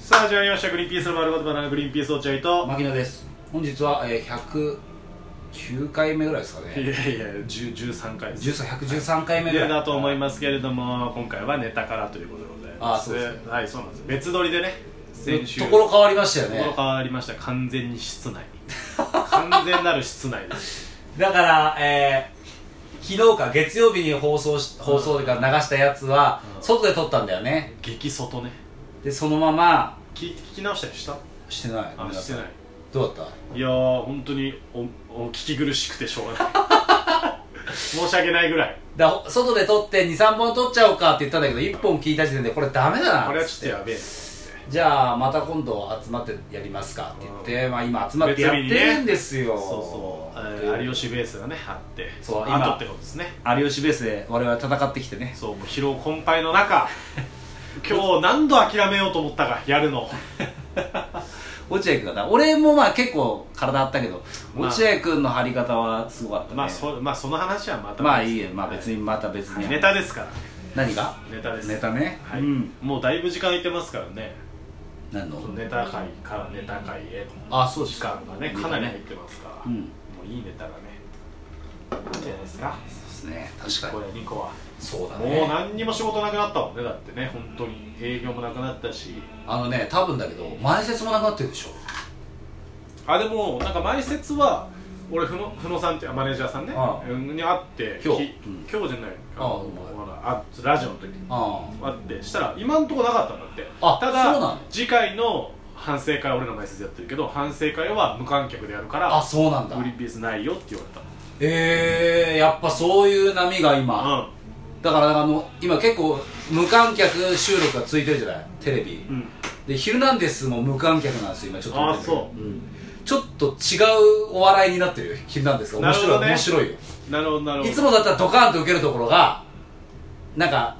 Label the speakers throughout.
Speaker 1: さあ始まりました「グリーンピースの丸ごとバナナグリーンピース落合」と
Speaker 2: 牧野です本日は、えー、109回目ぐらいですか
Speaker 1: いやい
Speaker 2: ね
Speaker 1: や10 13回です
Speaker 2: 13 113回目ぐらい
Speaker 1: だと思いますけれども今回はネタからということでございます
Speaker 2: あそうですね
Speaker 1: はいそうなんです別撮りでね先週
Speaker 2: ところ変わりましたよ
Speaker 1: ところ
Speaker 2: ね
Speaker 1: 変わりました完全に室内完全なる室内 です
Speaker 2: だから、えー、昨日か月曜日に放送し放送でか流したやつは、
Speaker 1: うん
Speaker 2: 外で撮ったんだよね
Speaker 1: 激外ね
Speaker 2: でそのまま
Speaker 1: 聞聞き直したりした
Speaker 2: してないご
Speaker 1: あ
Speaker 2: めんな
Speaker 1: し
Speaker 2: さ
Speaker 1: てな
Speaker 2: い
Speaker 1: い
Speaker 2: どうだっ
Speaker 1: いやー本当におお聞き苦しくてしょうがない 申し訳ないぐらい
Speaker 2: ただほ外で撮って23本撮っちゃおうかって言ったんだけど1本聞いた時点でこれダメだな
Speaker 1: これは
Speaker 2: っ
Speaker 1: ちょ
Speaker 2: つ
Speaker 1: っ
Speaker 2: っ
Speaker 1: と
Speaker 2: て
Speaker 1: やべえな
Speaker 2: じゃあまた今度集まってやりますかって言って、まあ、今集まってやってるんですよ、
Speaker 1: そうそう、えー有吉ベースがねあって
Speaker 2: そう
Speaker 1: あ
Speaker 2: 今
Speaker 1: とってことですね
Speaker 2: 有吉ベースで我々は戦ってきてね
Speaker 1: そうもう疲労困憊の 中今日何度諦めようと思ったかやる の
Speaker 2: 落合君がだ俺もまあ結構体あったけど、
Speaker 1: まあ
Speaker 2: 落合君の張り方はすごかったね
Speaker 1: まあそまあその話はまた
Speaker 2: まあいいよまあ別
Speaker 1: に、
Speaker 2: にまた別に、
Speaker 1: ネタですから
Speaker 2: 何が
Speaker 1: ネタです
Speaker 2: ネタね、
Speaker 1: はい、
Speaker 2: うん
Speaker 1: もうだいぶ時間空いてますからね
Speaker 2: 何の
Speaker 1: ネタ会からネタ会へ
Speaker 2: あそうで
Speaker 1: 時
Speaker 2: すか
Speaker 1: 間がねかなり入ってますから、
Speaker 2: うん
Speaker 1: もういいネタがねいいんじゃないですか
Speaker 2: ですね確か
Speaker 1: こ
Speaker 2: に
Speaker 1: れ2個は
Speaker 2: そうだ
Speaker 1: もう
Speaker 2: ね
Speaker 1: 何にも仕事なくなったもんねだってね本当に営業もなくなったし
Speaker 2: あのね多分だけど前説もなくなってるでしょ
Speaker 1: あでもなんか前説は俺ふのふのさんっていうマネージャーさんね
Speaker 2: ああ
Speaker 1: に会って
Speaker 2: 今日
Speaker 1: き
Speaker 2: うん
Speaker 1: 今日じゃない
Speaker 2: ああ
Speaker 1: のほらあラジオの時に
Speaker 2: あ
Speaker 1: 会ってしたら今んとこなかったんだって
Speaker 2: あ
Speaker 1: た
Speaker 2: そうな
Speaker 1: だ
Speaker 2: の
Speaker 1: 次回の反省会俺の前説やってるけど反省会は無観客でやるか
Speaker 2: ああ
Speaker 1: ら
Speaker 2: そうなんだ
Speaker 1: グリーンピースないよって言われた
Speaker 2: えー、やっぱそういう波が今、
Speaker 1: うん
Speaker 2: だからあの今結構無観客収録がついてるじゃないテレビ、
Speaker 1: うん
Speaker 2: で「ヒルナンデス」も無観客なんですよ今ちょっと見てる
Speaker 1: あそ
Speaker 2: んちょっと違うお笑いになってるよ「ヒルナンデス」が面白い、
Speaker 1: なる
Speaker 2: 面
Speaker 1: ほ
Speaker 2: 白いよ
Speaker 1: なるほどなるほど
Speaker 2: いつもだったらドカーンと受けるところがなんか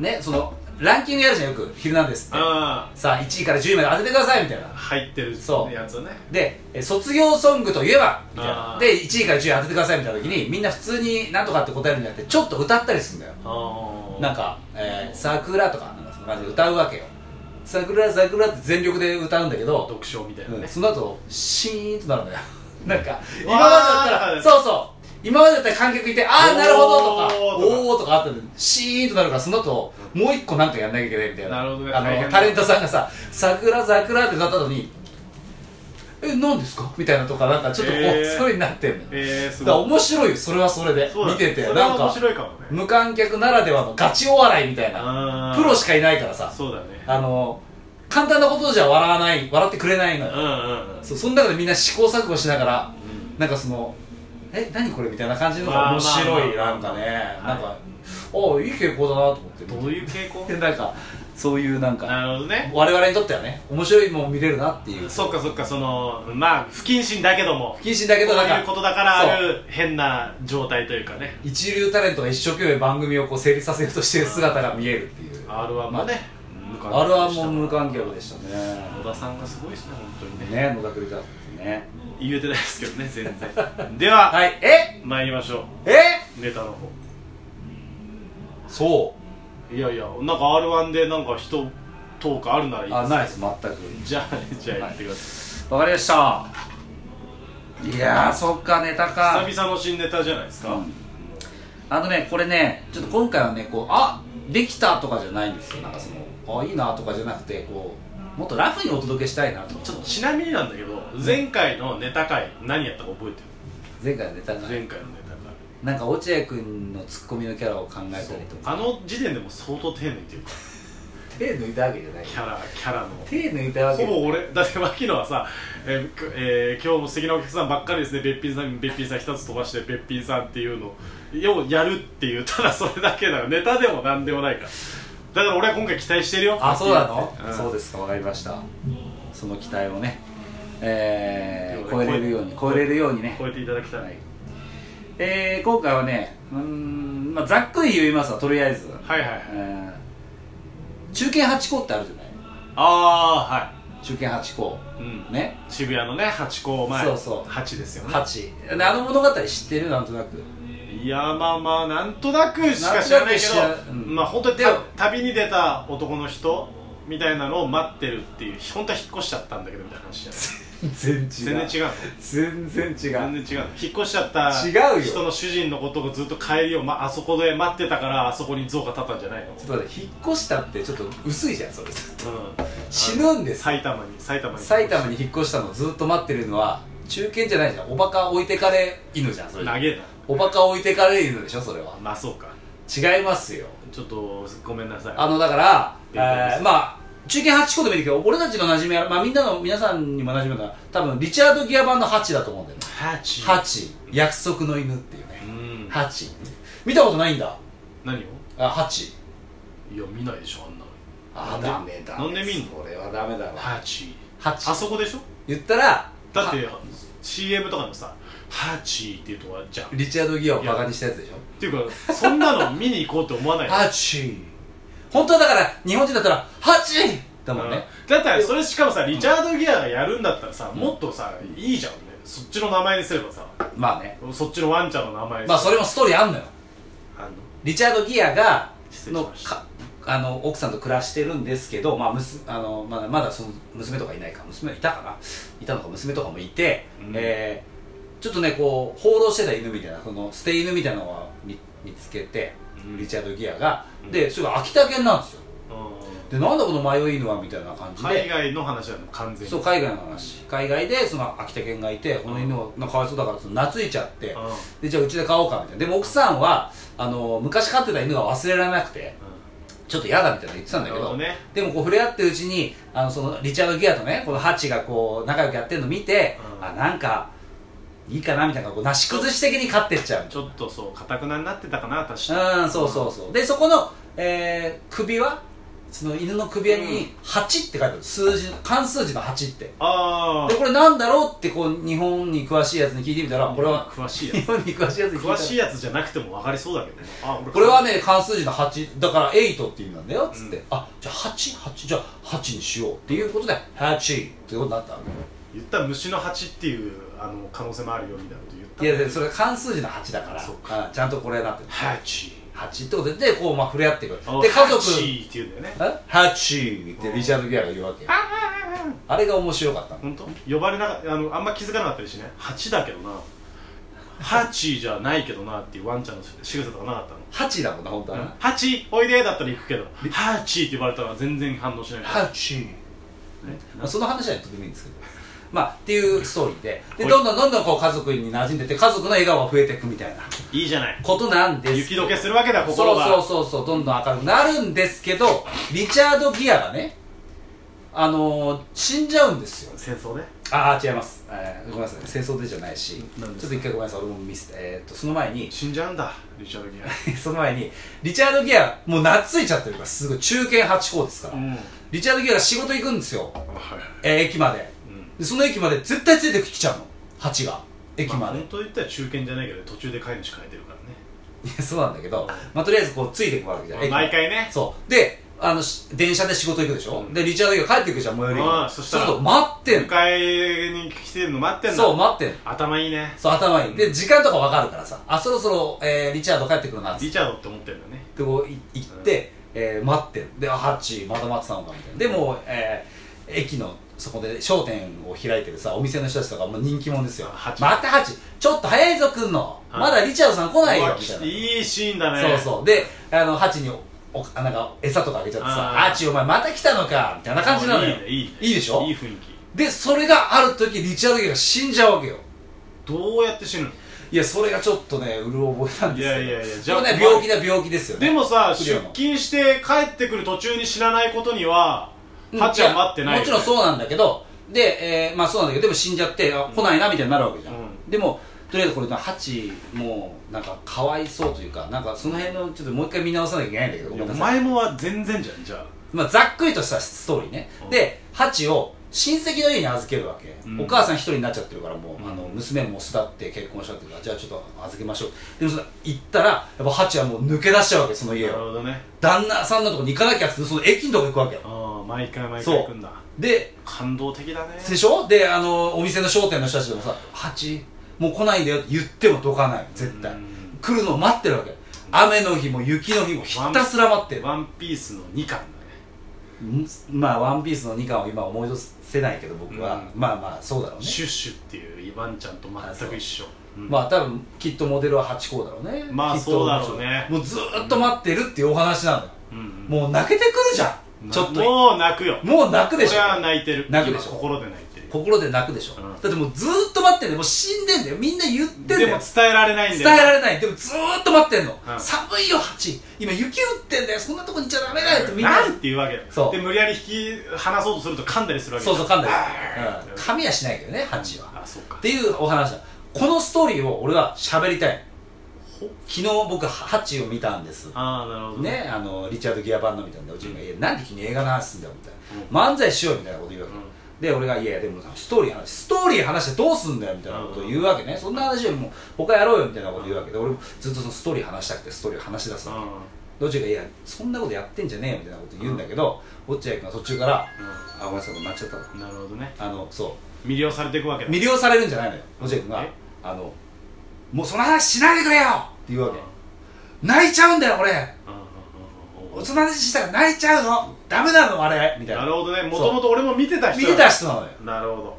Speaker 2: ねそのランキングやるじゃんよく「ヒルナンデス」って
Speaker 1: あ
Speaker 2: さあ1位から10位まで当ててくださいみたいな
Speaker 1: あ入ってる
Speaker 2: そう
Speaker 1: やつね
Speaker 2: でえ卒業ソングといえばみたい
Speaker 1: あ
Speaker 2: な
Speaker 1: ー
Speaker 2: で1位から10位当ててくださいみたいな時にみんな普通になんとかって答えるんじゃなくてちょっと歌ったりするんだよ
Speaker 1: ああ
Speaker 2: なんか「えー、桜」とかなんかそんな感じで歌うわけよ「桜桜」って全力で歌うんだけど
Speaker 1: 読書みたいな
Speaker 2: うん
Speaker 1: ね
Speaker 2: その後シーンとなるのよなんか
Speaker 1: ー
Speaker 2: 今までだっ
Speaker 1: な
Speaker 2: た
Speaker 1: るほど
Speaker 2: らそうそう今までだったら観客いてああなるほどとか
Speaker 1: おーとか
Speaker 2: おおーとかあったのにシーンとなるからその後もう一個なんかやんなきゃいけないみたいな
Speaker 1: なるほどね
Speaker 2: あ
Speaker 1: 大変
Speaker 2: の
Speaker 1: だ
Speaker 2: タレントさんがさ「桜桜」ってなったのに「え何ですか?」みたいなとかなんかちょっとこう、
Speaker 1: へー
Speaker 2: そういうになってんのよ、
Speaker 1: えーす
Speaker 2: だから
Speaker 1: ごい
Speaker 2: 面白いよそれはそれで
Speaker 1: そうだ
Speaker 2: 見てて
Speaker 1: それ
Speaker 2: なん
Speaker 1: は面
Speaker 2: か
Speaker 1: 白いかもね
Speaker 2: 無観客ならではのガチお笑いみたいな
Speaker 1: あー
Speaker 2: プロしかいないからさ
Speaker 1: そうだね
Speaker 2: あの簡単なことじゃ笑わない笑ってくれないのよ
Speaker 1: うんうんうん
Speaker 2: そうその中でみんな試行錯誤しながらなんかその「え何これ?」みたいな感じの
Speaker 1: まあ
Speaker 2: が面白い
Speaker 1: まあ
Speaker 2: なんかね
Speaker 1: まあ
Speaker 2: なんかおいい傾向だなと思って
Speaker 1: どういう傾向
Speaker 2: なんかそういうなんか
Speaker 1: なるほどね
Speaker 2: 我々にとってはね面白いもん見れるなっていう
Speaker 1: そっかそっかそのまあ不謹慎だけども
Speaker 2: 不謹慎だけどなん
Speaker 1: そういう
Speaker 2: か
Speaker 1: ことだからある変な状態というかね
Speaker 2: 一流タレントが一生懸命番組をこう成立させようとしてる姿が見えるっていう
Speaker 1: r 1もね
Speaker 2: あれはもう
Speaker 1: う
Speaker 2: 無観客でしたね
Speaker 1: 野田さんがすごいですね本当にね
Speaker 2: ね野田栗田ってね
Speaker 1: 言えてないですけどね全然では、
Speaker 2: はいえ
Speaker 1: 参りましょ
Speaker 2: え
Speaker 1: うネタの方
Speaker 2: そ
Speaker 1: いやいやなんか r 1でなんか人トークあるならいいう
Speaker 2: あ
Speaker 1: です
Speaker 2: ないです全く
Speaker 1: じゃあじゃあやってくださ
Speaker 2: わかりましたいやーそっかネタか
Speaker 1: い、久々の新ネタじゃないですか、
Speaker 2: うんあのねこれねちょっと今回はねこうあできたとかじゃないんですよなんかそのあいいなとかじゃなくてこうもっとラフにお届けしたいなと
Speaker 1: ちょっとちなみになんだけど前回のネタ会何やったか覚えてる
Speaker 2: 前回のネタが
Speaker 1: 前回のネタ会
Speaker 2: なんか落合君のツッコミのキャラを考えたりとか
Speaker 1: あの時点でも相当丁寧というか
Speaker 2: 手抜いたわけじゃない
Speaker 1: キャラキャラの
Speaker 2: 手抜いたわけ
Speaker 1: ほぼ俺だって牧野はさ、えーくえー今日も素敵なお客さんばっかりですねべっぴんさんべっぴんさん一つ飛ばしてべっぴんさんっていうのをやるっていうただそれだけだから ネタでも何でもないからだから俺は今回期待してるよ
Speaker 2: あそうなの、
Speaker 1: うん
Speaker 2: そうですかわかりましたその期待をねえー、
Speaker 1: と
Speaker 2: 超
Speaker 1: いうことで
Speaker 2: えれるように超えれるようにね
Speaker 1: 超えていただきたい、
Speaker 2: はいえー、今回はねうーん、まあ、ざっくり言いますわとりあえず、
Speaker 1: はいはいはい
Speaker 2: えー中堅八高ってあるじゃない
Speaker 1: あ
Speaker 2: 中堅八高
Speaker 1: あはい、うん
Speaker 2: ね
Speaker 1: 渋谷のね八甲前
Speaker 2: そうそう
Speaker 1: 八ですよね
Speaker 2: 八であの物語知ってるなんとなく
Speaker 1: いやまあまあなんとなくしか知らないけど
Speaker 2: なんとなく知らうん
Speaker 1: まあ本当にた旅に出た男の人みたいなのを待ってるっていう本当は引っ越しちゃったんだけどみたいな話じゃない
Speaker 2: 全然
Speaker 1: 全
Speaker 2: 違う
Speaker 1: 然違うの
Speaker 2: 全然違う
Speaker 1: 全然違うの引っ越しちゃった
Speaker 2: 違うよ
Speaker 1: 人の主人のことをずっと帰りを、ま、あそこで待ってたからあそこに像が立ったんじゃないの、
Speaker 2: ちょっと待って引っ越したってちょっと薄いじゃんそれ
Speaker 1: うん、
Speaker 2: 死ぬんです
Speaker 1: 埼玉に埼玉に
Speaker 2: 埼玉に引っ越したのずっと待ってるのは中堅じゃないじゃんおバカ置いてかれ犬じゃんそれ
Speaker 1: 長え
Speaker 2: おバカ置いてかれ犬でしょそれは
Speaker 1: なまあそうか
Speaker 2: 違いますよ
Speaker 1: ちょっとごめんなさい
Speaker 2: あのだから、
Speaker 1: 勉強です
Speaker 2: えーまあ中堅8個でもいいけど俺たちの馴染みは、まあ、みんなの皆さんにも馴染みは多分リチャード・ギア版の8だと思うんだよね
Speaker 1: ハチ
Speaker 2: 8約束の犬っていう
Speaker 1: う
Speaker 2: ね
Speaker 1: ん
Speaker 2: 8見たことないんだ
Speaker 1: 何をい
Speaker 2: あ8
Speaker 1: や見ないでしょあんなの
Speaker 2: あダ
Speaker 1: なんで
Speaker 2: メだ
Speaker 1: なんで見んの
Speaker 2: これはダメだわ
Speaker 1: ハチあ
Speaker 2: 8
Speaker 1: そこでしょ
Speaker 2: 言ったら
Speaker 1: だって CM とかのさハチっていうとこあるじゃんっ
Speaker 2: リチャード・ギアをバカにしたやつでしょ
Speaker 1: ていうかそんなの見に行こうって思わない
Speaker 2: ハチ本当はだから日本人だったらハチだもんね、
Speaker 1: うんだったらそれしかもさリチャード・ギアがやるんだったらさ、もっとさいいじゃんねそっちの名前にすればさ
Speaker 2: まあね
Speaker 1: そっちのワンちゃんの名前に
Speaker 2: まあそれもストーリーあんのよ
Speaker 1: あの
Speaker 2: リチャード・ギアが
Speaker 1: 失礼し
Speaker 2: の
Speaker 1: ました
Speaker 2: かあの奥さんと暮らしてるんですけど、まあ、むすあのまだまだその娘とかいないか娘はいたかないたのか娘とかもいて、
Speaker 1: うん
Speaker 2: えーちょっとねこう放浪してた犬みたいなその捨て犬みたいなのを見見つけて、
Speaker 1: うん
Speaker 2: リチャード・ギアが、
Speaker 1: うん
Speaker 2: でそれが秋田犬なんですよ
Speaker 1: うん
Speaker 2: でなんだこの迷い犬はみたいな感じで
Speaker 1: 海外の話だね完全に
Speaker 2: そう海外の話海外でその秋田犬がいてこの犬がかわいそうだからその懐いちゃって
Speaker 1: うんうん
Speaker 2: でじゃあうちで飼おうかみたいなでも奥さんはあの昔飼ってた犬が忘れられなくてちょっと嫌だみたいなの言ってたんだけ
Speaker 1: なる
Speaker 2: ど
Speaker 1: ほどね
Speaker 2: でもこう触れ合ってるうちにあのそのリチャード・ギアとねこのハチがこう仲良くやってるの見て、
Speaker 1: うん
Speaker 2: あなんかいいかなみたいなこうなし崩し的に飼ってっちゃうみたい
Speaker 1: ちょっとそうかたくなになってたかな確か
Speaker 2: なうんそうそうそうでそこの、えー首輪その犬の首輪
Speaker 1: うん
Speaker 2: に「8」って書いてある数字漢数字の「8」って
Speaker 1: あ
Speaker 2: でこれなんだろうってこう日本に詳しいやつに聞いてみたら
Speaker 1: あ
Speaker 2: これは
Speaker 1: 詳しいや
Speaker 2: 日本に詳しいや つに聞
Speaker 1: つ
Speaker 2: いたら
Speaker 1: 詳しいやつじゃなくても分かりそうだけどねあ俺
Speaker 2: これはね漢数字の8だから8って意味なんだよっつって、
Speaker 1: うん
Speaker 2: あじゃあ88じゃあ8にしようっていうことで8っていうことになったわ
Speaker 1: 言ったら虫の蜂っていうあの可能性もあるよみたいなこと言った
Speaker 2: けいやでそれ漢数字の8だから
Speaker 1: そっ
Speaker 2: あちゃんとこれなって
Speaker 1: 蜂
Speaker 2: 8ってことででこうまあ触れ合っていく
Speaker 1: あの
Speaker 2: で家族
Speaker 1: 蜂っていうんだよね
Speaker 2: え8ってリチャード・ギアが言うわけあれが面白かったの
Speaker 1: 本当呼ばれなかあのあんま気づかなかったりしね蜂だけどな蜂じゃないけどなっていうワンちゃんの仕草とかなかったの
Speaker 2: 8だもんな本当はな
Speaker 1: 蜂おいでだったら行くけど蜂って言われたら全然反応しないから、
Speaker 2: 8
Speaker 1: ね
Speaker 2: まあ、その話はどうでもいいんですけどまあっていうストーリーでで
Speaker 1: はい
Speaker 2: どんどんどんどんこう家族に馴染んでって家族の笑顔が増えていくみたいない
Speaker 1: いじゃない
Speaker 2: ことなんです
Speaker 1: 雪解けするわけだ
Speaker 2: そ
Speaker 1: 心
Speaker 2: う
Speaker 1: が
Speaker 2: そうそうそうどんどん明るくなるんですけどリチャード・ギアがねあのー死んじゃうんですよ
Speaker 1: 戦争ね
Speaker 2: ああ違います、えーごめんなさい戦争でじゃないしちょ
Speaker 1: 何です
Speaker 2: っ
Speaker 1: か
Speaker 2: と一回ごめんなさい俺もミスえー、っとその前に
Speaker 1: 死んじゃうんだリチャード・ギア、
Speaker 2: その前にリチャード・ギアもう懐いちゃってるからすごい中堅8校ですから、
Speaker 1: うん
Speaker 2: リチャード・ギアが仕事行くんですよ、
Speaker 1: はい
Speaker 2: えー駅まで
Speaker 1: うん
Speaker 2: でその駅まで絶対ついてきちゃうの8が駅
Speaker 1: ま
Speaker 2: ま
Speaker 1: あ、
Speaker 2: で、
Speaker 1: 本当言ったら中堅じゃないけど途中で飼い主変えてるからね
Speaker 2: いやそうなんだけど、まあ、とりあえずこうついてくわけじゃん駅まで
Speaker 1: 毎回ね
Speaker 2: そうであのし電車で仕事行くでしょ、
Speaker 1: うん
Speaker 2: でリチャードが帰ってくるじゃん最寄り
Speaker 1: あ
Speaker 2: に
Speaker 1: あそしたら
Speaker 2: そうすると待ってんの
Speaker 1: 迎えに来てるの待ってんだ
Speaker 2: そう待ってんの
Speaker 1: 頭いいね
Speaker 2: そう頭にで時間とか分かるからさあそろそろ、えーリチャード帰ってくるなっつっ
Speaker 1: リチャードって思ってるんだね
Speaker 2: てこうい行って、えー待ってんのであハッチまた待ってたのかみたいなでもう、えー駅のそこで商店を開いてるさお店の人たちとかもう人気者ですよ
Speaker 1: あ
Speaker 2: 待
Speaker 1: ハ
Speaker 2: っ
Speaker 1: チ
Speaker 2: てハッチちょっと早いぞ来んの
Speaker 1: あ
Speaker 2: まだリチャードさん来ないうよ
Speaker 1: わ
Speaker 2: みたいな
Speaker 1: きいいシーンだね
Speaker 2: そうそうであのハチにおあなんか餌とかあげちゃってさ
Speaker 1: あ
Speaker 2: 「
Speaker 1: ー
Speaker 2: ハチお前また来たのか」みたいな感じなの
Speaker 1: い
Speaker 2: よ
Speaker 1: いねいいね
Speaker 2: いいでしょ
Speaker 1: いい雰囲気
Speaker 2: でそれがある時リチャード・ギアが死んじゃうわけよ
Speaker 1: どうやって死ぬの
Speaker 2: いやそれがちょっとねうる覚えなんですけど
Speaker 1: いやいやいやじゃあ
Speaker 2: これね病気だ病気ですよね
Speaker 1: でもさ
Speaker 2: クリ
Speaker 1: 出
Speaker 2: アの
Speaker 1: 勤して帰ってくる途中に知らないことには
Speaker 2: うん
Speaker 1: ハチは待ってない
Speaker 2: やもちろん
Speaker 1: う
Speaker 2: そうなんだけどで、えーまあそうなんだけどでも死んじゃってあ来ないなみたいになるわけじゃん、
Speaker 1: うん
Speaker 2: でもとりあえずこれハチもうなんかかわいそうというかなんかその辺のちょっともう一回見直さなきゃいけないんだけどごめん
Speaker 1: お
Speaker 2: なさい
Speaker 1: 前もは全然じゃんじゃ
Speaker 2: まあ、ざっくりとしたストーリーね、
Speaker 1: うん
Speaker 2: でハチを親戚の家に預けるわけ、
Speaker 1: うん
Speaker 2: お母さん一人になっちゃってるからもう、
Speaker 1: うん
Speaker 2: あの娘も巣立って結婚しちゃってるからじゃあちょっと預けましょうでもその行ったらやっぱハチはもう抜け出しちゃうわけその
Speaker 1: あ
Speaker 2: 家
Speaker 1: なる
Speaker 2: を
Speaker 1: ほどね
Speaker 2: 旦那さんのとこに行かなきゃっつってその駅のとこ行くわけよ
Speaker 1: うん毎回毎回行くんだ
Speaker 2: で
Speaker 1: 感動的だね
Speaker 2: でしょであのお店の商店の人たちでもさ「ハチもう来ないんだよ」って言ってもどかない絶対、
Speaker 1: うん
Speaker 2: 来るのを待ってるわけ雨の日も雪の日もひたすら待ってる
Speaker 1: ワンピースの2巻だね
Speaker 2: んまあ「ワンピースの2巻を今思い出せないけど僕は、
Speaker 1: う
Speaker 2: まあまあそうだろうね
Speaker 1: シュッシュっていうワンちゃんと全く一緒うん
Speaker 2: まあ多分きっとモデルはハチ公だろうね
Speaker 1: まあ
Speaker 2: きっと
Speaker 1: そうだろうね
Speaker 2: もうずーっと待ってるっていうお話なのよ
Speaker 1: うんうん
Speaker 2: もう泣けてくるじゃんちょっと
Speaker 1: もう泣くよ
Speaker 2: もう泣くでし
Speaker 1: 俺は
Speaker 2: ょ
Speaker 1: 泣いてる
Speaker 2: 泣くでしょ
Speaker 1: 今心で泣いてる
Speaker 2: 心で泣くでしょ、
Speaker 1: うん
Speaker 2: だってもうずーっと待ってんだよもう死んでんだよみんな言ってんだ
Speaker 1: で
Speaker 2: よ
Speaker 1: も伝えられないん
Speaker 2: 伝
Speaker 1: だ
Speaker 2: え
Speaker 1: よ
Speaker 2: られないでもずーっと待ってんの、
Speaker 1: うん
Speaker 2: 寒いよハチ今雪降ってんだよそんなとこにいちゃダメだよってみんな
Speaker 1: なんていうわけだよ
Speaker 2: そう
Speaker 1: で無理やり引き離そうとすると噛んだりするわけ
Speaker 2: そうそう噛んだよ、
Speaker 1: ー
Speaker 2: うん、噛みはしないけどねハチは、
Speaker 1: あそうか
Speaker 2: っていうお話だこのストーリーを俺は喋りたい
Speaker 1: ほ
Speaker 2: 昨日僕ハチを見たんです
Speaker 1: ああなるほど
Speaker 2: ねあのリチャード・ギアバンドみたいなおじいが「いやなんで君映画の話すんだよ」みた
Speaker 1: う
Speaker 2: いな「漫才しよう」みたいなこと言うわけ、
Speaker 1: うん
Speaker 2: で俺が「いやいやでもストーリー話ストーリー話してどうすんだよ」みたいなことを言うわけね、そんな話よりも他やろうよみたいなこと言うわけで俺もずっとそのストーリー話したくてストーリー話し出すわけ、どっちが「いやそんなことやってんじゃねえよ」みたいなこと言うんだけど、落合君は途中から「
Speaker 1: う
Speaker 2: あごめんなさいなっちゃったわ
Speaker 1: んうんなるほどね
Speaker 2: あのそう
Speaker 1: 魅了されていくわけだ
Speaker 2: 魅了されるんじゃないのよ落合君が
Speaker 1: え
Speaker 2: 「あのもうその話しないでくれよ!」って言うわけ、泣いちゃうんだよ
Speaker 1: う
Speaker 2: 俺
Speaker 1: んうんうんうんうん
Speaker 2: 大人にしたら泣いちゃうのダメなのあれみたいな
Speaker 1: なるほどねも
Speaker 2: そう
Speaker 1: ともと俺も見てた人
Speaker 2: 見
Speaker 1: だ
Speaker 2: てた人なのよ
Speaker 1: なるほど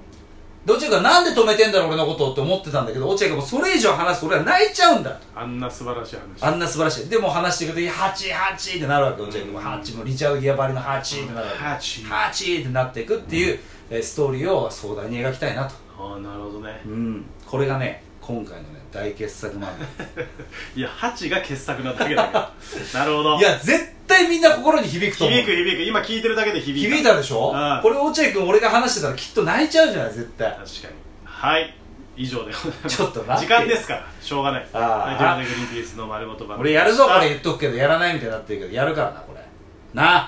Speaker 2: どっちかなんで止めてんだろう俺のことって思ってたんだけど落合君もそれ以上話すと俺は泣いちゃうんだ
Speaker 1: あんな素晴らしい話
Speaker 2: あんな素晴らしいでもう話してくれて「ハチハチ」ってなるわけ落合君も
Speaker 1: う
Speaker 2: 「
Speaker 1: ん
Speaker 2: ハチ」もリチャード・ギアバリの「ハチ」ってなるわけ
Speaker 1: ハチ
Speaker 2: ハチ」ってなっていくっていう、えーストーリーを壮大に描きたいなと
Speaker 1: ああなるほどね
Speaker 2: うんこれがね今回のね大傑作漫
Speaker 1: いやハチが傑作なだけ だけどなるほど
Speaker 2: 画いや絶対みんな心に響くと思う
Speaker 1: 響く響く今聞いてるだけで響いた
Speaker 2: 響いたでしょ
Speaker 1: うん
Speaker 2: これ落合君俺が話してたらきっと泣いちゃうじゃない絶対
Speaker 1: 確かにはい以上でございます
Speaker 2: ちょっと待
Speaker 1: 時
Speaker 2: って
Speaker 1: 間ですからしょうがない
Speaker 2: あー
Speaker 1: はいということでグリーンピースの丸ごと番組
Speaker 2: 俺やるぞこれ言っとくけどやらないみたいになってるけどやるからなこれなあ